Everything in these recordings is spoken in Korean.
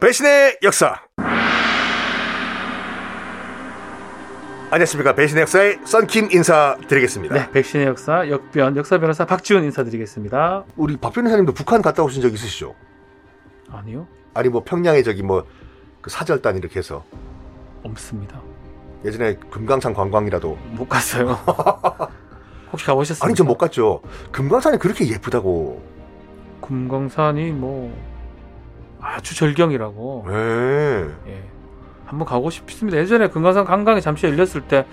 배신의 역사. 안녕하십니까 배신의 역사의 썬킴 인사드리겠습니다. 네, 백신의 역사, 역변, 역사 변호사 박지훈 인사드리겠습니다. 우리 박 변호사님도 북한 갔다 오신 적 있으시죠? 아니요, 아니 뭐 평양에 저기 뭐 그 사절단 이렇게 해서 없습니다. 예전에 금강산 관광이라도 못 갔어요. 혹시 가보셨어요? 아니 저 뭐- 못 갔죠. 금강산이 그렇게 예쁘다고. 금강산이 뭐 아주 절경이라고. 예. 예, 한번 가고 싶습니다. 예전에 금강산 관광이 잠시 열렸을 때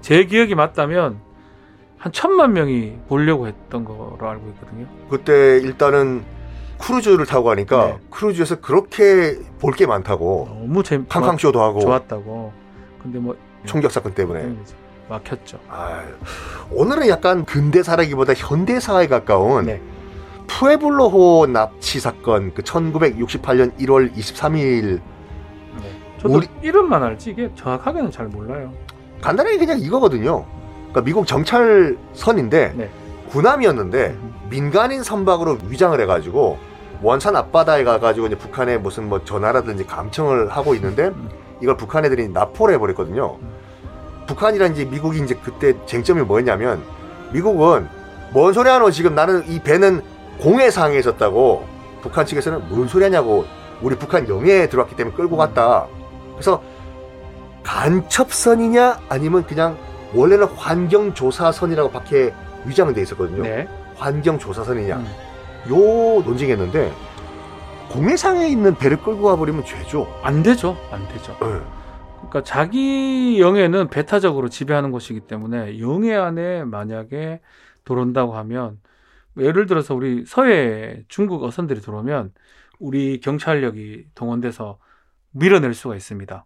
제 기억이 맞다면 한 천만 명이 보려고 했던 거로 알고 있거든요. 그때 일단은 크루즈를 타고 가니까 네. 크루즈에서 그렇게 볼 게 많다고 너무 재밌, 캉캉쇼도 하고 좋았다고. 근데 뭐 총격 사건 때문에 이제 막혔죠. 아유, 오늘은 약간 근대사라기보다 현대사에 가까운 네. 푸에블로호 납치 사건 그 1968년 1월 23일 네. 저도 우리- 이름만 알지 이게 정확하게는 잘 몰라요. 간단하게 그냥 이거거든요. 그러니까 미국 정찰선인데 네. 군함이었는데 민간인 선박으로 위장을 해가지고 원산 앞바다에 가가지고 이제 북한에 무슨 뭐 전화라든지 감청을 하고 있는데 음. 이걸 북한 애들이 납포를 해버렸거든요. 음. 북한이랑 이제 미국이 이제 그때 쟁점이 뭐였냐면 미국은 뭔 소리 하노 지금 나는 이 배는 공해상에 있었다고 북한 측에서는 뭔 소리 하냐고 우리 북한 영해에 들어왔기 때문에 끌고 갔다. 그래서 간첩선이냐 아니면 그냥 원래는 환경조사선이라고 밖에 위장돼 있었거든요. 네. 환경조사선이냐 음. 요 논쟁했는데 공해상에 있는 배를 끌고 가버리면 죄죠. 안 되죠. 안 되죠. 예. 그러니까 자기 영해는 배타적으로 지배하는 것이기 때문에 영해 안에 만약에 들어온다고 하면 뭐 예를 들어서 우리 서해 중국 어선들이 들어오면 우리 경찰력이 동원돼서 밀어낼 수가 있습니다.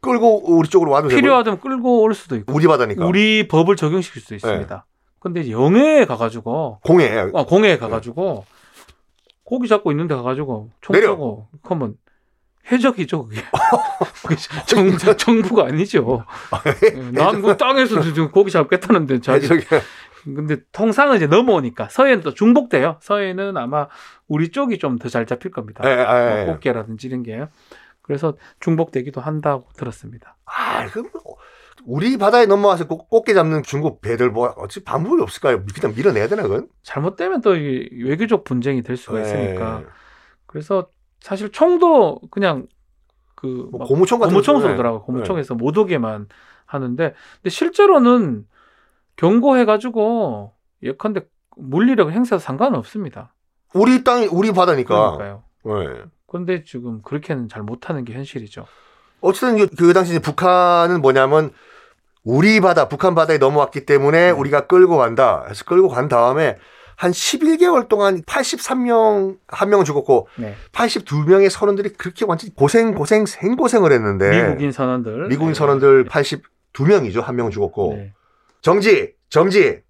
끌고 우리 쪽으로 와도 되고 필요하다면 끌고 올 수도 있고 우리 바다니까 우리 법을 적용시킬 수도 있습니다. 근데 이제 영해에 가가지고 공해 아, 공해에 가가지고 고기 잡고 있는데 가가지고 총 내려. 쏘고 그러면 해적이죠 그게 그게 정, 정부가 아니죠. 네, 남그 땅에서 지금 고기 잡겠다는데 자기 저기 근데 통상은 이제 넘어오니까 서해는 또 중복돼요. 서해는 아마 우리 쪽이 좀 더 잘 잡힐 겁니다. 뭐 예, 예, 예. 아, 꽃게라든지 이런 게 그래서 중복되기도 한다고 들었습니다. 아, 그럼 우리 바다에 넘어와서 꽃- 꽃게 잡는 중국 배들 뭐 어찌 방법이 없을까요? 그냥 밀어내야 되나 그건? 잘못되면 또이 외교적 분쟁이 될 수가 있으니까 예. 그래서 사실 총도 그냥 그 뭐 막- 고무총 같은 고무총 거 쓰네. 쏘더라고 고무총에서 못 오게만 하는데 근데 실제로는 경고해가지고 예컨대 물리력을 행사해도 상관은 없습니다. 우리 땅이 우리 바다니까. 그러니까요. 예. 그런데 지금 그렇게는 잘 못하는 게 현실이죠. 어쨌든 그- 그 당시 이제 북한은 뭐냐면 우리 바다, 북한 바다에 넘어왔기 때문에 음. 우리가 끌고 간다. 해서 끌고 간 다음에 한 11개월 동안 83명 한 명은 죽었고 네. 82명의 선원들이 그렇게 완전 히 고생 고생 생고생을 했는데 미국인 선원들 네. 미국인 네. 선원들 82명이죠. 한 명은 죽었고. 네. 정지, 정지.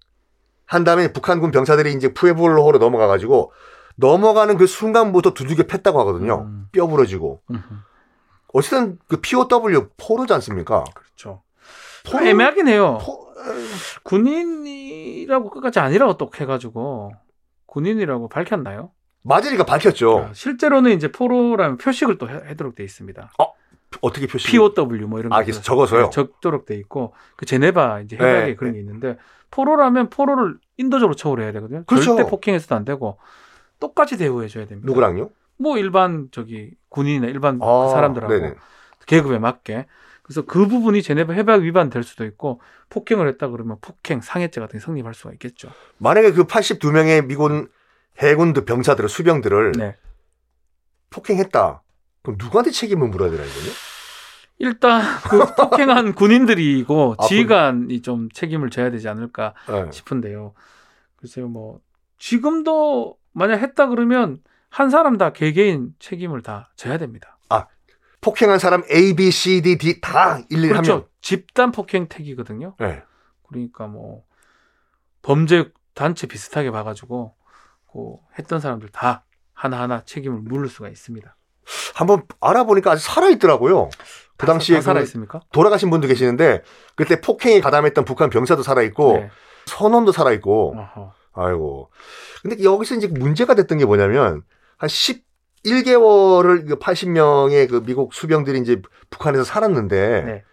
한 다음에 북한군 병사들이 이제 푸에블로호로 넘어가가지고 넘어가는 그 순간부터 두들겨 팼다고 하거든요. 음, 뼈 부러지고. 음, 어쨌든 그 POW 포로지 않습니까? 그렇죠. 포로- 애매하긴 해요. 포- 군인이라고 끝까지 아니라고 또 해가지고 군인이라고 밝혔나요? 마제리가 밝혔죠. 아, 실제로는 이제 포로라면 표식을 또 해- 해도록 돼 있습니다. 어떻게 표시? POW 뭐 이런 아, 거 그래서 적어서요. 적도록 돼 있고 그 제네바 이제 협약에 네, 그런 게 있는데 포로라면 포로를 인도적으로 처벌해야 되거든요. 그렇죠. 절대 폭행해서도 안 되고 똑같이 대우해 줘야 됩니다. 누구랑요? 뭐 일반 저기 군인이나 일반 그 아, 사람들하고 네네. 계급에 맞게. 그래서 그 부분이 제네바 협약 위반될 수도 있고 폭행을 했다 그러면 폭행 상해죄 같은 게 성립할 수가 있겠죠. 만약에 그 82명의 미군 해군 그 병사들을 수병들을 네. 폭행했다. 그럼 누구한테 책임을 물어야 되나 이거요? 일단 그 폭행한 군인들이고 아, 지휘관이 좀 책임을 져야 되지 않을까 네. 싶은데요. 글쎄요, 뭐 지금도 만약 했다 그러면 한 사람 다 개개인 책임을 다 져야 됩니다. 폭행한 사람 A, B, C, D, D 다 일일이 그렇죠. 네, 하면. 집단 폭행 택이거든요. 네. 그러니까 뭐 범죄 단체 비슷하게 봐가지고 그 했던 사람들 다 하나하나 책임을 물을 수가 있습니다. 한번 알아보니까 아직 살아있더라고요. 그 당시에 다 살아 그 있습니까? 돌아가신 분도 계시는데 그때 폭행에 가담했던 북한 병사도 살아있고 네. 선원도 살아있고 어허. 아이고. 근데 여기서 이제 문제가 됐던 게 뭐냐면 한 11개월을 80명의 그 미국 수병들이 이제 북한에서 살았는데 네.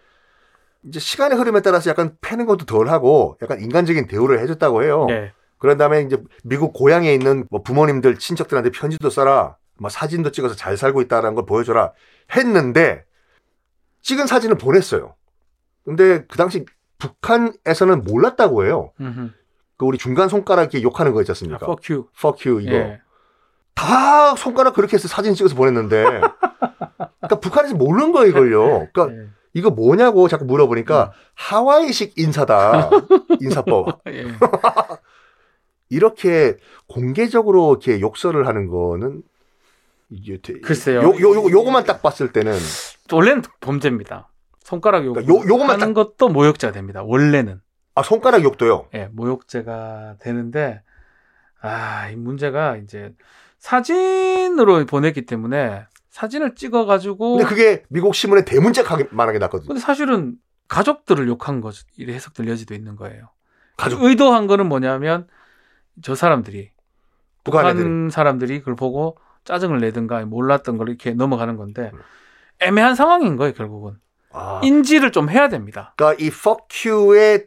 이제 시간의 흐름에 따라서 약간 패는 것도 덜하고 약간 인간적인 대우를 해줬다고 해요. 네. 그런 다음에 이제 미국 고향에 있는 뭐 부모님들 친척들한테 편지도 써라, 뭐 사진도 찍어서 잘 살고 있다라는 걸 보여줘라 했는데 찍은 사진을 보냈어요. 근데 그 당시 북한에서는 몰랐다고 해요. 음흠. 그 우리 중간 손가락에 욕하는 거 있지 아, 않습니까? fuck you. fuck you 그러니까 이거 예. 다 손가락 그렇게 해서 사진 찍어서 보냈는데 그러니까 북한에서 모르는 거 이걸요. 그러니까 예. 음. 이거 뭐냐고 자꾸 물어보니까 하와이식 인사다 인사법 예. 이렇게 공개적으로 이렇게 욕설을 하는 거는 이게 되게 글쎄요. 요, 요, 요, 요거만 딱 봤을 때는 원래는 범죄입니다. 손가락 욕. 그러니까 요- 요것만 하는 것도 모욕죄가 됩니다. 원래는. 아 손가락 욕도요. 예, 모욕죄가 되는데 아, 이 문제가 이제 사진으로 보냈기 때문에 사진을 찍어 가지고 근데 그게 미국 신문에 대문짝하게 말하게 났거든요. 근데 사실은 가족들을 욕한 거죠. 이래 해석될 여지도 있는 거예요. 가족 의도한 거는 뭐냐면 저 사람들이 북한 애들 북한 사람들이 그걸 보고 짜증을 내든가 몰랐던 걸 이렇게 넘어가는 건데 음. 애매한 상황인 거예요, 결국은. 아, 인지를 좀 해야 됩니다. 그러니까 이 fuck you의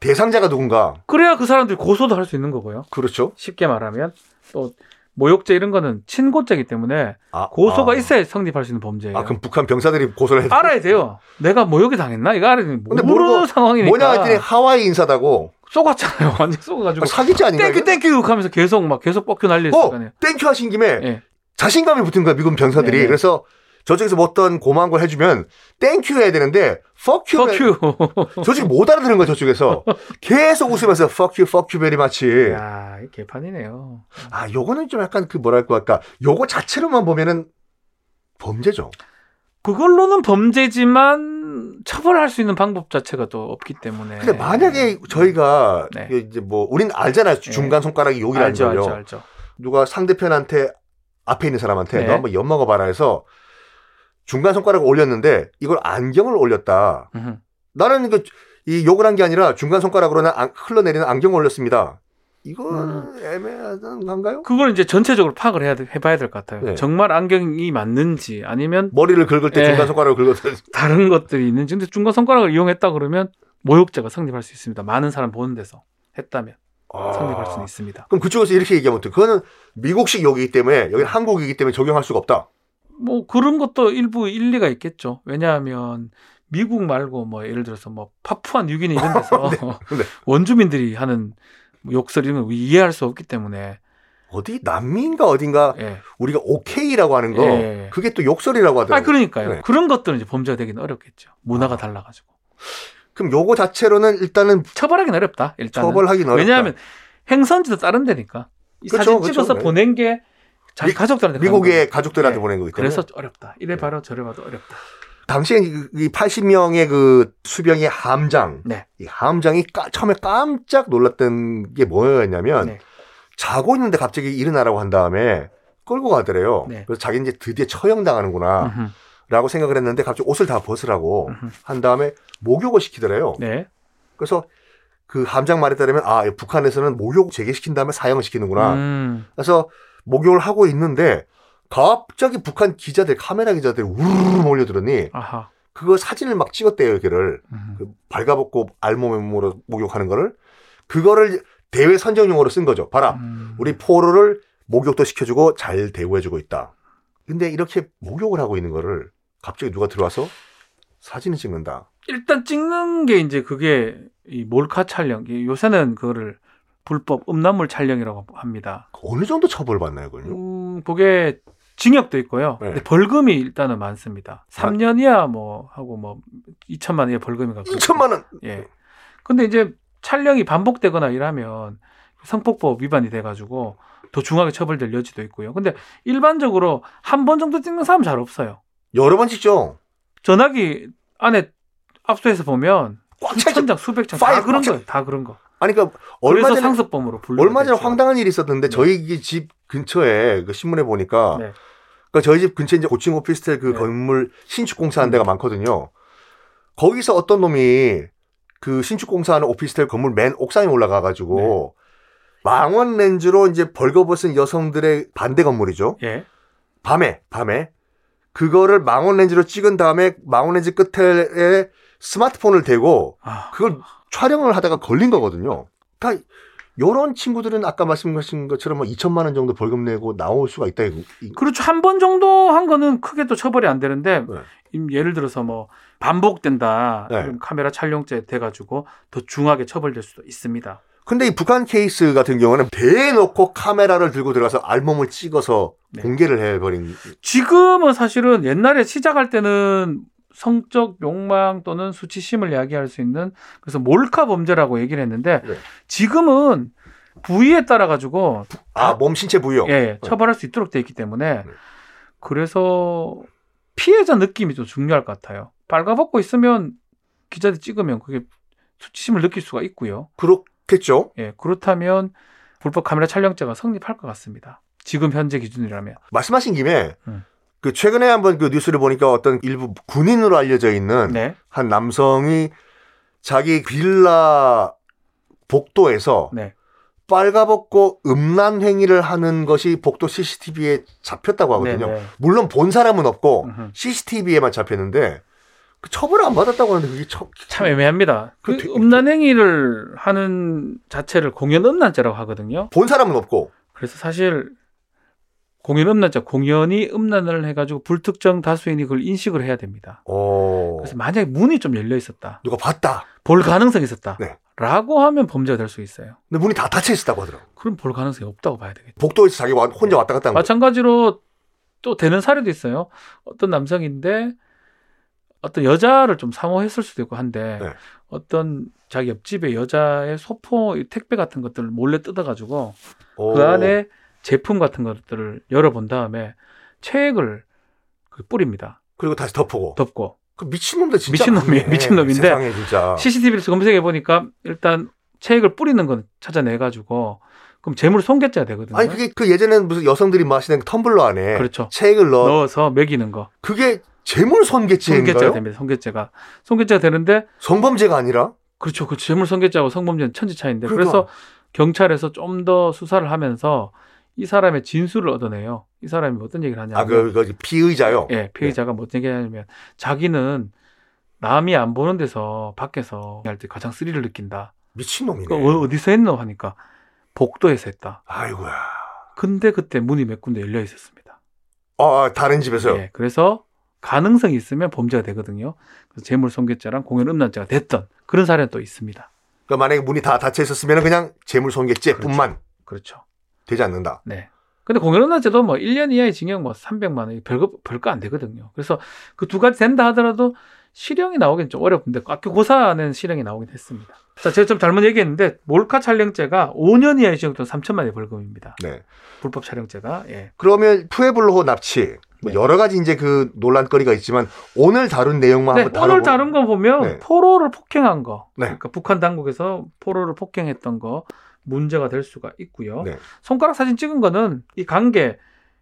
대상자가 누군가 그래야 그 사람들이 고소도 할 수 있는 거고요. 그렇죠. 쉽게 말하면 또 모욕죄 이런 거는 친고죄이기 때문에 아, 고소가 아. 있어야 성립할 수 있는 범죄예요. 아 그럼 북한 병사들이 고소를 해서 알아야 돼요. 내가 모욕이 당했나? 이거 알아야 되는 근데 모르는 모르고 상황이니까. 뭐냐 했더니 하와이 인사다고 쏘갔잖아요. 완전 쏘가지고. 아, 사기죄 아닌가? 땡큐 이거? 땡큐 하면서 계속 막 계속 뻑큐 날리는 어, 거네요. 땡큐 하신 김에 예. 자신감이 붙은 거야 미군 병사들이. 네, 네. 그래서 저쪽에서 뭐 어떤 고마운 걸 해주면 땡큐 해야 되는데 fuck you. 뻑큐. 저쪽이 못 알아들은 거야 저쪽에서. 계속 웃으면서 fuck you, fuck you very much. 야, 이 개판이네요. 아 요거는 좀 약간 그 뭐랄까 아까 요거 자체로만 보면은 범죄죠. 그걸로는 범죄지만 처벌할 수 있는 방법 자체가 또 없기 때문에. 예. 근데 만약에 저희가 네. 이제 뭐 우린 알잖아요 중간 손가락이 욕이라는 알죠, 걸요. 알죠, 알죠. 누가 상대편한테 앞에 있는 사람한테 네. 너 한번 엿 먹어봐라 해서 중간 손가락을 올렸는데 이걸 안경을 올렸다. 음. 나는 그, 이 욕을 한 게 아니라 중간 손가락으로는 안- 흘러내리는 안경을 올렸습니다. 음. 이건 애매한 건가요? 그걸 이제 전체적으로 파악을 해야 돼- 해봐야 될 것 같아요. 네. 정말 안경이 맞는지 아니면 머리를 긁을 때 예. 중간 손가락을 긁었을 때. 다른 것들이 있는지. 근데 중간 손가락을 이용했다 그러면 모욕죄가 성립할 수 있습니다. 많은 사람 보는 데서 했다면 성립할 수는 있습니다. 아. 그럼 그쪽에서 이렇게 얘기하면 어떡해? 그거는 미국식 욕이기 때문에 여기는 한국이기 때문에 적용할 수가 없다. 뭐 그런 것도 일부 일리가 있겠죠. 왜냐하면 미국 말고 뭐 예를 들어서 뭐 파푸아 뉴기니 이런 데서 네. 원주민들이 하는 뭐 욕설 이런 걸 이해할 수 없기 때문에 어디 남미인가 어딘가 예. 우리가 오케이라고 하는 거 예. 그게 또 욕설이라고 아 하더라고요. 그러니까요. 네. 아. 그런 것들은 이제 범죄가 되긴 어렵겠죠. 문화가 달라가지고 그럼 요거 자체로는 일단은 처벌하긴 어렵다. 일단은 처벌하긴 어렵다. 왜냐하면 행선지도 다른 데니까 이 그쵸, 사진 그쵸. 찍어서 네. 보낸 게 자기 미- 가족들한테 가는 미국의 거니까. 가족들한테 예. 보낸 거기 때문에. 그래서 어렵다. 네. 이래 봐도 저래 봐도 어렵다. 당시에 이 80명의 그 수병의 함장, 네. 이 함장이 까- 처음에 깜짝 놀랐던 게 뭐였냐면 네. 자고 있는데 갑자기 일어나라고 한 다음에 끌고 가더래요. 네. 그래서 자기 는 이제 드디어 처형당하는구나라고 음흠, 생각을 했는데 갑자기 옷을 다 벗으라고 음흠. 한 다음에 목욕을 시키더래요. 네. 그래서 그 함장 말에 따르면 아 북한에서는 목욕 재개시킨 다음에 사형을 시키는구나. 음, 그래서 목욕을 하고 있는데 갑자기 북한 기자들 카메라 기자들이 우르르 몰려들더니 아하. 그거 사진을 막 찍었대요, 걔를. 음. 그 발가벗고 알몸으로 목욕하는 거를. 그거를 대회 선정용으로 쓴 거죠. 봐라. 음. 아, 우리 포로를 목욕도 시켜주고 잘 대우해주고 있다. 근데 이렇게 목욕을 하고 있는 거를 갑자기 누가 들어와서 사진을 찍는다. 일단 찍는 게 이제 그게 이 몰카 촬영. 이 요새는 그거를 불법 음란물 촬영이라고 합니다. 어느 정도 처벌받나요, 그걸요? 음, 그게 징역도 있고요. 네. 아. 근데 벌금이 일단은 많습니다. 3년 이하 뭐 하고 뭐 2천만 원 이하 벌금인가. 그렇죠. 2천만 원! 예. 근데 이제 촬영이 반복되거나 이러면 성폭법 위반이 돼가지고 더 중하게 처벌될 여지도 있고요. 근데 일반적으로 한 번 정도 찍는 사람 잘 없어요. 여러 번 찍죠? 전화기 안에 압수해서 보면 꽉 차죠. 수천장 수백 장다 파일 그런 꽉 차- 거예요. 다 그런 거. 아니, 그러니까 얼마 그래서 전에, 상습범으로 불러. 얼마 전에 황당한 일이 있었는데 네. 저희 집 근처에 그 신문에 보니까 네. 그러니까 저희 집 근처에 이제 고층 오피스텔 그 네. 건물 신축 공사하는 데가 많거든요. 거기서 네. 어떤 놈이 그 신축 공사하는 오피스텔 건물 맨 옥상에 올라가 가지고 망원 렌즈로 이제 벌거벗은 여성들의 반대 건물이죠. 예. 밤에 밤에 그거를 망원 렌즈로 찍은 다음에 망원 렌즈 끝에 스마트폰을 대고 아, 그걸 촬영을 하다가 걸린 거거든요. 다 요런 친구들은 아까 말씀하신 것처럼 뭐 2천만 원 정도 벌금 내고 나올 수가 있다. 이거. 이- 그렇죠. 한 번 정도 한 거는 크게 또 처벌이 안 되는데 네. 임- 예를 들어서 뭐 반복된다 네. 그럼 카메라 촬영죄 돼가지고 더 중하게 처벌될 수도 있습니다. 근데 이 북한 케이스 같은 경우는 대놓고 카메라를 들고 들어가서 알몸을 찍어서 네. 공개를 해버린 지금은 사실은 옛날에 시작할 때는 성적 욕망 또는 수치심을 야기할 수 있는 그래서 몰카 범죄라고 얘기를 했는데 네. 지금은 부위에 따라 가지고 아 몸 신체 부용. 예, 처벌할 수 있도록 돼 있기 때문에 네. 그래서 피해자 느낌이 좀 중요할 것 같아요. 빨가벗고 있으면 기자들 찍으면 그게 수치심을 느낄 수가 있고요. 그렇겠죠. 예, 그렇다면 불법 카메라 촬영죄가 성립할 것 같습니다. 지금 현재 기준이라면. 말씀하신 김에 음. 그 최근에 한번 그 뉴스를 보니까 어떤 일부 군인으로 알려져 있는 네, 한 남성이 자기 빌라 복도에서 네. 빨가벗고 음란 행위를 하는 것이 복도 CCTV에 잡혔다고 하거든요. 어. 네, 네. 물론 본 사람은 없고 음흠. CCTV에만 잡혔는데 그 처벌을 안 받았다고 하는데 그게 처... 참 애매합니다. 그 그 되- 음란 행위를 하는 자체를 공연 음란죄라고 하거든요. 본 사람은 없고 그래서 사실 공연 음란죄, 공연이 음란을 해가지고 불특정 다수인이 그걸 인식을 해야 됩니다. 어... 그래서 만약에 문이 좀 열려 있었다, 누가 봤다. 볼 가능성이 있었다, 네. 라고 하면 범죄가 될 수 있어요. 근데 문이 다 닫혀 있었다고 하더라고. 그럼 볼 가능성이 없다고 봐야 되겠죠. 복도에서 자기 와- 혼자 왔다 갔다 한 거. 마찬가지로 또 되는 사례도 있어요. 어떤 남성인데 어떤 여자를 좀 상호했을 수도 있고 한데 네. 어떤 자기 옆집에 여자의 소포 이 택배 같은 것들을 몰래 뜯어가지고 오. 그 안에 제품 같은 것들을 열어본 다음에 체액을 그 뿌립니다. 그리고 다시 덮고. 덮고 그 미친놈들 진짜 미친놈이- 많네. 미친놈인데 세상에 진짜. CCTV에서 검색해 보니까 일단 체액을 뿌리는 건 찾아내가지고 그럼 재물 손괴죄가 되거든요. 아니 그게 그 예전에는 무슨 여성들이 마시는 텀블러 안에 그렇죠. 체액을 넣어 넣어서 먹이는 거 그게 재물 손괴죄가 손괴죄인가요? 됩니다. 손괴죄가 손괴죄가 되는데 성범죄가 아니라 그렇죠. 그 재물 성계죄하고 성범죄는 천지 차인데 그러니까. 그래서 경찰에서 좀 더 수사를 하면서 이 사람의 진술을 얻어내요. 이 사람이 어떤 얘기를 하냐면 아그 그 피의자요. 네. 예, 피의자가 뭐 어떤 얘기를 하냐면 자기는 남이 안 보는 데서 밖에서 할 때 가장 스릴을 느낀다. 미친놈이네. 그 어- 어디서 했노 하니까 복도에서 했다. 아이고야. 근데 그때 문이 몇 군데 열려 있었습니다. 아 다른 집에서요. 예, 그래서 가능성이 있으면 범죄가 되거든요. 그래서 재물 성계죄랑 공연 음란죄가 됐던 그런 사례는 또 있습니다. 그러니까 만약에 문이 다 닫혀 있었으면 그냥 재물 손괴죄뿐만 그렇죠. 되지 않는다. 네. 근데 공연음란죄도 뭐 1년 이하의 징역 뭐 300만 원 별거 별거 안 되거든요. 그래서 그 두 가지 된다 하더라도 실형이 나오긴 좀 어렵는데 학교 고사는 실형이 나오긴 했습니다. 자, 제가 좀 잘못 얘기했는데 몰카 촬영죄가 5년 이하의 징역 또는 3천만 원의 벌금입니다. 네. 불법 촬영죄가 예. 그러면 푸에블로 납치 뭐 네. 여러 가지 이제 그 논란거리가 있지만 오늘 다룬 내용만 네, 뭐 한번 다뤄보 오늘 다른 거 보면 네. 포로를 폭행한 거, 네. 그러니까 북한 당국에서 포로를 폭행했던 거 문제가 될 수가 있고요. 네. 손가락 사진 찍은 거는 이 관계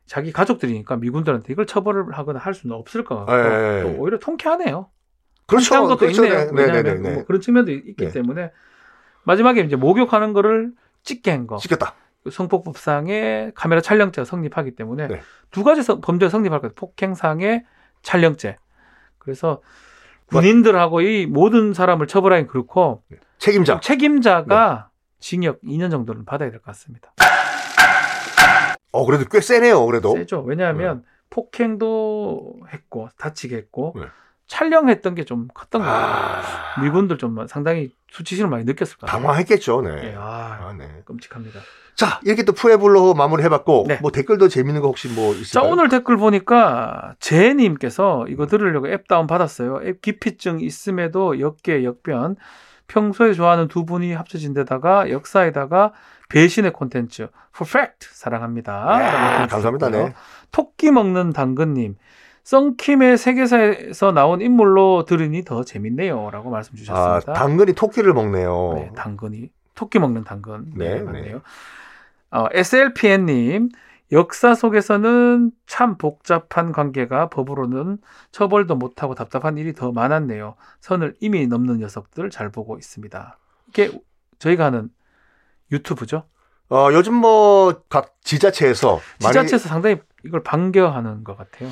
자기 가족들이니까 미군들한테 이걸 처벌을 하거나 할 수는 없을 것 같고 예, 예, 예. 또 오히려 통쾌하네요. 그렇죠. 통쾌한 것도 그렇죠. 있네요. 네, 네, 네, 왜냐하면 네. 뭐 그런 측면도 있기 네. 때문에 마지막에 이제 목욕하는 거를 찍게 한 거. 시켰다. 그 성폭법상에 카메라 촬영죄가 성립하기 때문에 네. 두 가지 성- 범죄가 성립할 거예요. 폭행상의 촬영죄. 그래서 군인들하고 이 모든 사람을 처벌하긴 그렇고 책임자. 그렇죠. 네. 책임자가 징역 2년 정도는 받아야 될 것 같습니다. 어 그래도 꽤 세네요. 그래도. 세죠. 아, 왜냐하면 폭행도 했고 다치게 했고 네. 촬영했던 게 좀 컸던 거예요. 아, 미군들 좀 상당히 수치심을 많이 느꼈을 것 같아요. 당황했겠죠. 네. 예, 아, 아, 네. 끔찍합니다. 자, 이렇게 또 푸에블로 마무리해봤고, 네. 뭐 댓글도 재밌는 거 혹시 뭐 자, 있을까요? 오늘 댓글 보니까 제님께서 이거 들으려고 앱 다운 받았어요. 앱 기피증 있음에도 역계 역변. 평소에 좋아하는 두 분이 합쳐진 데다가 역사에다가 배신의 콘텐츠. 퍼펙트 사랑합니다. 라고 야, 보내주셨고요. 감사합니다. 네. 토끼 먹는 당근님. 썬킴의 세계사에서 나온 인물로 들으니 더 재밌네요. 라고 말씀 아, 주셨습니다. 당근이 토끼를 먹네요. 네, 당근이 토끼 먹는 당근. 어. 네, 네, 네. 맞네요. 어, SLPN님 역사 속에서는 참 복잡한 관계가 법으로는 처벌도 못하고 답답한 일이 더 많았네요. 선을 이미 넘는 녀석들 잘 보고 있습니다. 이게 저희가 하는 유튜브죠. 어, 요즘 뭐 각 지자체에서 많이- 지자체에서 상당히 이걸 반겨하는 것 같아요.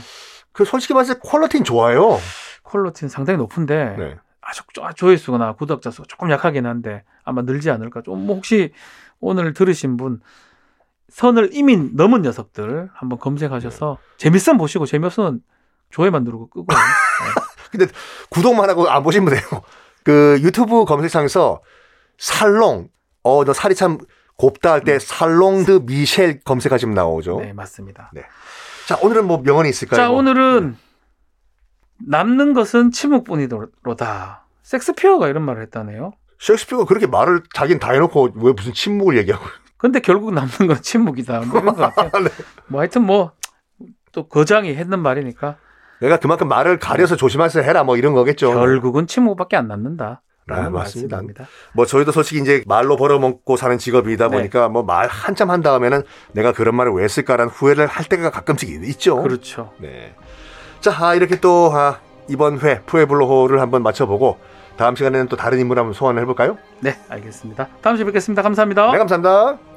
그 솔직히 말해서 퀄리티는 좋아요. 콜로틴 상당히 높은데 네. 아주 조- 조회수나 구독자 수가 조금 약하긴 한데 아마 늘지 않을까. 좀뭐 혹시 오늘 들으신 분 선을 이미 넘은 녀석들 한번 검색하셔서 네. 재밌으면 보시고 재미없으면 조회만 누르고 끄고 구독만 하고 안 보시면 돼요. 그 유튜브 검색창에서 살롱 어 너 살이 참 곱다 할 때 살롱드 미셸 검색하시면 나오죠. 네 맞습니다. 자 오늘은 뭐 명언이 있을까요? 자 뭐? 오늘은 남는 것은 침묵뿐이로다. 섹스피어가 이런 말을 했다네요. 셰익스피어가 그렇게 말을 자기는 다 해놓고 왜 무슨 침묵을 얘기하고 근데 결국 남는 건 침묵이다. 뭐 이런 것 같아요. 네. 뭐 하여튼 뭐 또 거장이 했는 말이니까 내가 그만큼 말을 가려서 조심하세요 해라 뭐 이런 거겠죠. 결국은 침묵밖에 안 남는다. 아, 맞습니다. 말씀입니다. 뭐 저희도 솔직히 이제 말로 벌어먹고 사는 직업이다 네. 보니까 뭐 말 한참 한 다음에는 내가 그런 말을 왜 했을까라는 후회를 할 때가 가끔씩 있- 있죠. 그렇죠. 네. 자, 아, 이렇게 또 아, 이번 회 푸에블로호를 한번 맞춰보고 다음 시간에는 또 다른 인물 한번 소환을 해볼까요? 네, 알겠습니다. 다음 주에 뵙겠습니다. 감사합니다. 네, 감사합니다.